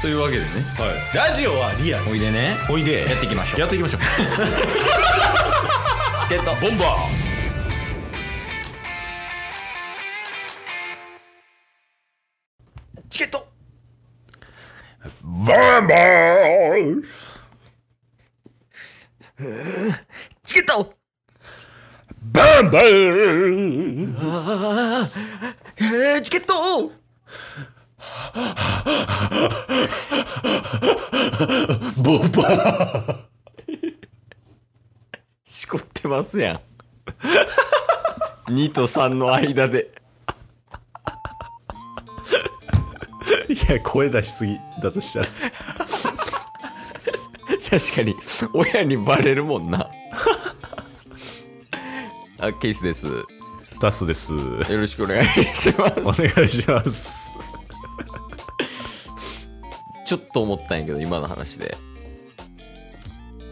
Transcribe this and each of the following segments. というわけでねはい、ラジオはリアルおいでねおいでやっていきましょうやっていきましょう ゲットボンバチケットーボンバーチケットバンバーえー、チケットボンバーしこってますやん 2と3の間でいや声出しすぎだとしたら確かに親にバレるもんなあケースですよタスですおろしくお願いし ます願いしますちょっと思ったんやけど今の話で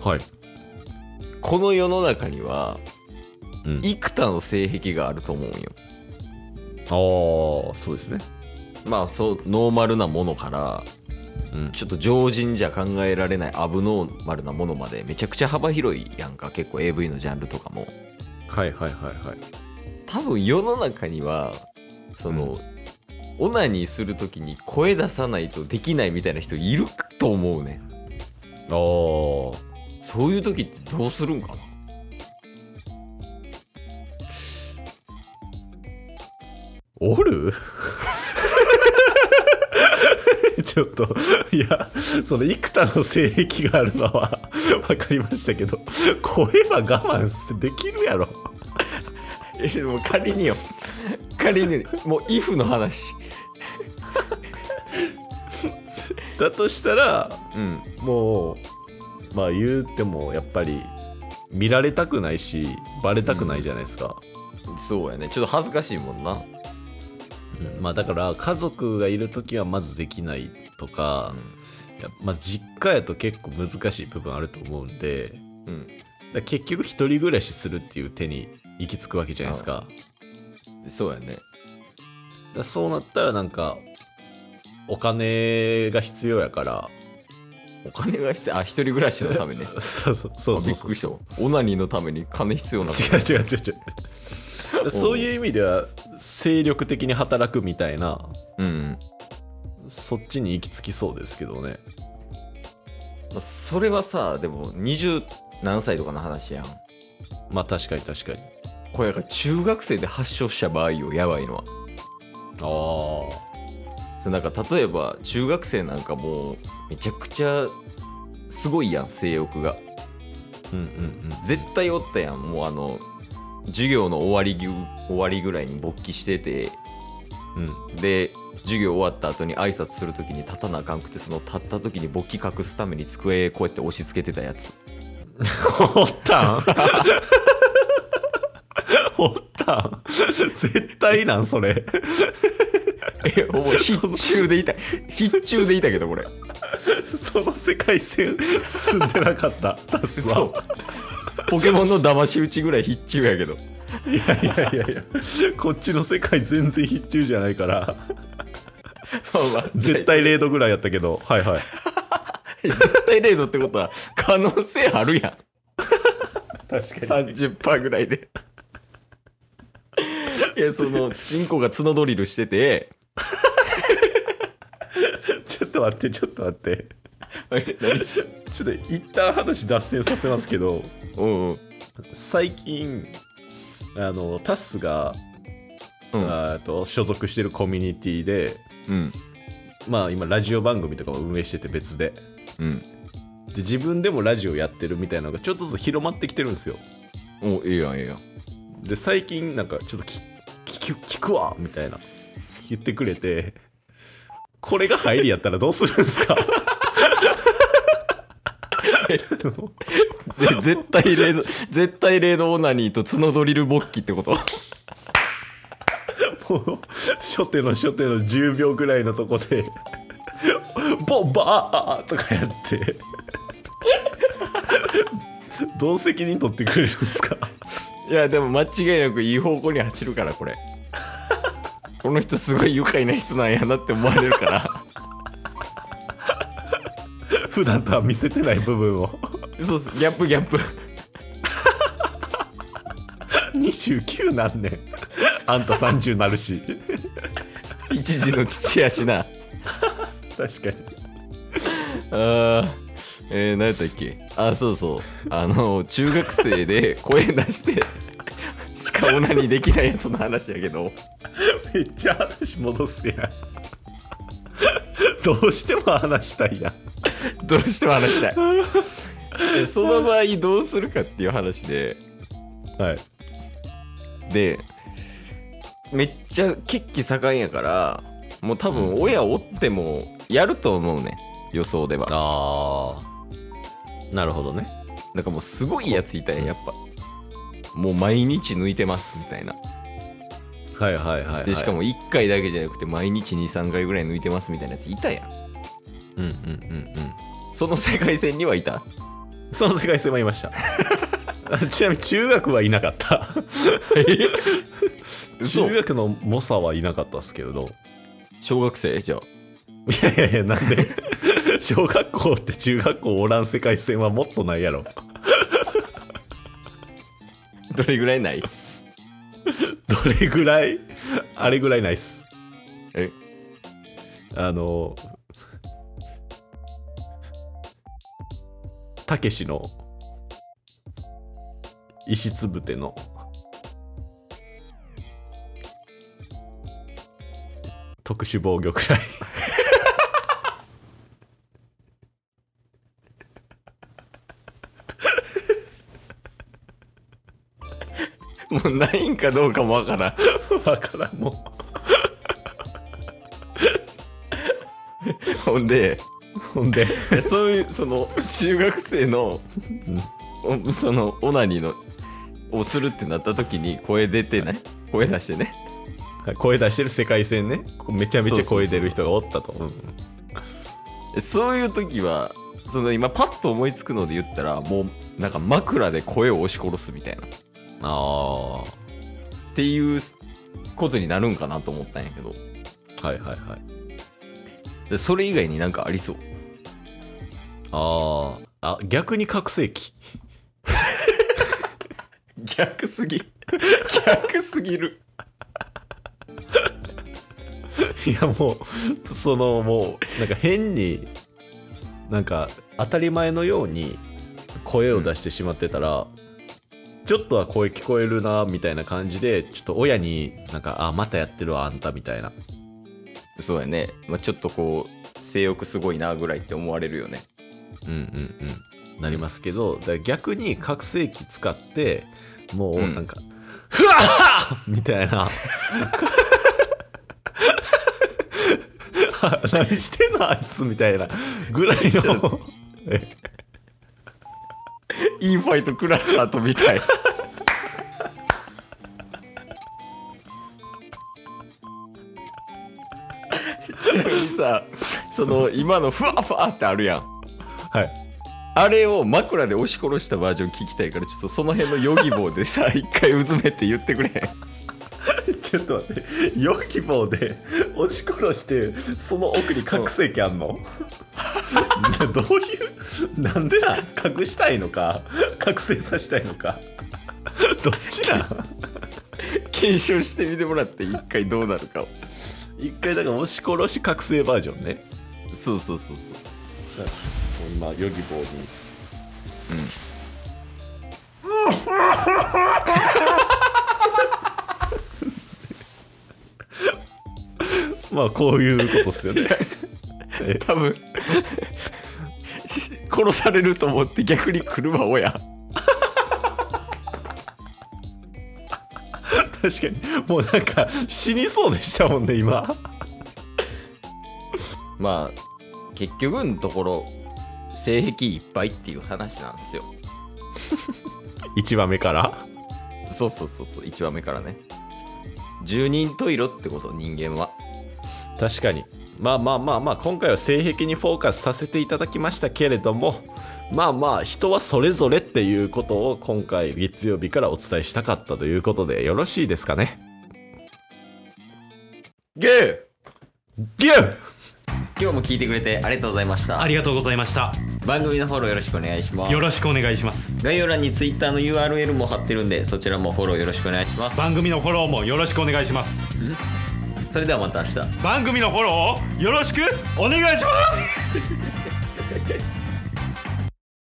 はいこの世の中にはうん幾多の性癖があると思うんよああそうですねまあそうノーマルなものからうんちょっと常人じゃ考えられないアブノーマルなものまでめちゃくちゃ幅広いやんか結構 AV のジャンルとかもはいはいはいはい多分世の中にはその、オナニーするときに声出さないとできないみたいな人いると思うねあーそういう時ってどうするんかなおる ちょっといやその幾多の性癖があるのは 分かりましたけど声は我慢できるやろえでも仮によ仮にもう「if」の話だとしたらうんもうまあ言うてもやっぱり見られたくないしバレたくないじゃないですか、そうやねちょっと恥ずかしいもんな、うんまあだから家族がいる時はまずできないとか、やっぱまあ、実家やと結構難しい部分あると思うんでうんうんだから結局一人暮らしするっていう手に行き着くわけじゃないですかそうやねだからそうなったらなんかお金が必要やからお金が必要あ一人暮らしのためね そうそうそうあそびうっそくうりしたわオナニーのために金必要なの違う違う違う違うそういう意味では精力的に働くみたいなうんうん、そっちに行き着きそうですけどねまあそれはさでも20何歳とかの話やんまあ確かに確かにこれが中学生で発症した場合よやばいのはああそうなんか例えば中学生なんかもうめちゃくちゃすごいやん性欲がうんうんうん絶対おったやんもうあの授業の終わりぎゅ終わりぐらいに勃起しててうんで授業終わった後に挨拶する時に立たなあかんくてその立った時に勃起隠すために机こうやって押し付けてたやつおった んおったん絶対なんそれえもう必中でいた必中でいたけどこれその世界線進んでなかったタスはそうポケモンの騙し討ちぐらい必中やけどいやいやいやいやこっちの世界全然必中じゃないからまあまあ絶対0度ぐらいやったけどはいはい絶対0度ってことは可能性あるやん確30%ぐらいでいやそのチンコが角ドリルしててちょっと待ってちょっと待ってえ何ちょっと一旦話脱線させますけどうんうん最近あのタスが、うんあーと所属してるコミュニティでうんまあ今ラジオ番組とかも運営してて別でうんで自分でもラジオやってるみたいなのがちょっとずつ広まってきてるんですよおええやんええやんで最近なんかちょっとき聞く聞くわみたいな言ってくれてこれが入りやったらどうするんですかで絶対0度絶対0度オナニーと角ドリル勃起ってこともう初手の初手の10秒ぐらいのとこで「ボンバー!」とかやってどう責任取ってくれるんですかいやでも間違いなくいい方向に走るからこれこの人すごい愉快な人なんやなって思われるから普段とは見せてない部分を そうっすギャップギャップ 29なんねんあんた30なるし一時の父やしな確かにあーえー、何やったっけあそうそうあの中学生で声出してしかオナにできないやつの話やけどめっちゃ話戻すやん どうしても話したいやんどうしても話したいでその場合どうするかっていう話ではいでめっちゃ血気盛んやからもう多分親おってもやると思うね予想ではだかああなるほどねらもうすごいやついたんややっぱもう毎日抜いてますみたいなはいはいはい、はい、でしかも1回だけじゃなくて毎日23回ぐらい抜いてますみたいなやついたやんうんうんうんうんその世界線にはいたその世界線もいました ちなみに中学はいなかった嘘中学の猛者はいなかったですけれど小学生じゃあいやいやいやな んで小学校って中学校おらん世界線はもっとないやろどれぐらいないどれぐらいあれぐらいないっすえあのたけしの石つぶての特殊防御くらいもうないんかどうかもわからん わからんもほんでうほんでいやそういうその中学生のおそのオナニーのをするってなった時に声出てね声出してね声出してる世界線ねこうめちゃめちゃ声出る人がおったとそういう時はその今パッと思いつくので言ったらもうなんか枕で声を押し殺すみたいなっあていうことになるんかなと思ったんやけどあはいはいはいでそれ以外になんかありそうあーあ逆に覚醒器逆すぎ逆すぎるいやもうそのもうなんか変になんか当たり前のように声を出してしまってたら、ちょっとは声聞こえるなみたいな感じでちょっと親になんか「あまたやってるわあんた」みたいなそうやね、まあ、ちょっとこう性欲すごいなぐらいって思われるよ ねうんうんうんなりますけどだから逆に覚醒器使ってもうなんか 「ふわっはっ!」みたいな は何してんのあいつみたいなぐらいのえインファイト食らった後みたい。ちなみにさ、その今のふわふわってあるやん。はいあれを枕で押し殺したバージョン聞きたいから、ちょっとその辺のヨギ棒でさ、一回うずめて言ってくれ。ちょっと待って予期棒で押し殺してその奥に覚醒器あん のどういうなんでな隠したいのか覚醒させたいのかどっちなん検証してみてもらって、一回どうなるかを。一回だから押し殺し覚醒バージョンねそうそうそうそう。今ヨギボーにうん まあこういうことっすよね多分殺されると思って逆に来るわ親確かにもうなんか死にそうでしたもんね今まあ結局のところ性癖いっぱいっていう話なんですよ1話目からそうそうそうそう1話目からね十人十色ってこと人間は確かにまあまあまあまあ今回は性癖にフォーカスさせていただきましたけれどもまあまあ人はそれぞれっていうことを今回月曜日からお伝えしたかったということでよろしいですかねゲーギュー今日も聞いてくれてありがとうございましたありがとうございました番組のフォローよろしくお願いしますよろしくお願いします概要欄に Twitter の URL も貼ってるんでそちらもフォローよろしくお願いします番組のフォローもよろしくお願いしますそれではまた明日番組のフォローをよろしくお願いします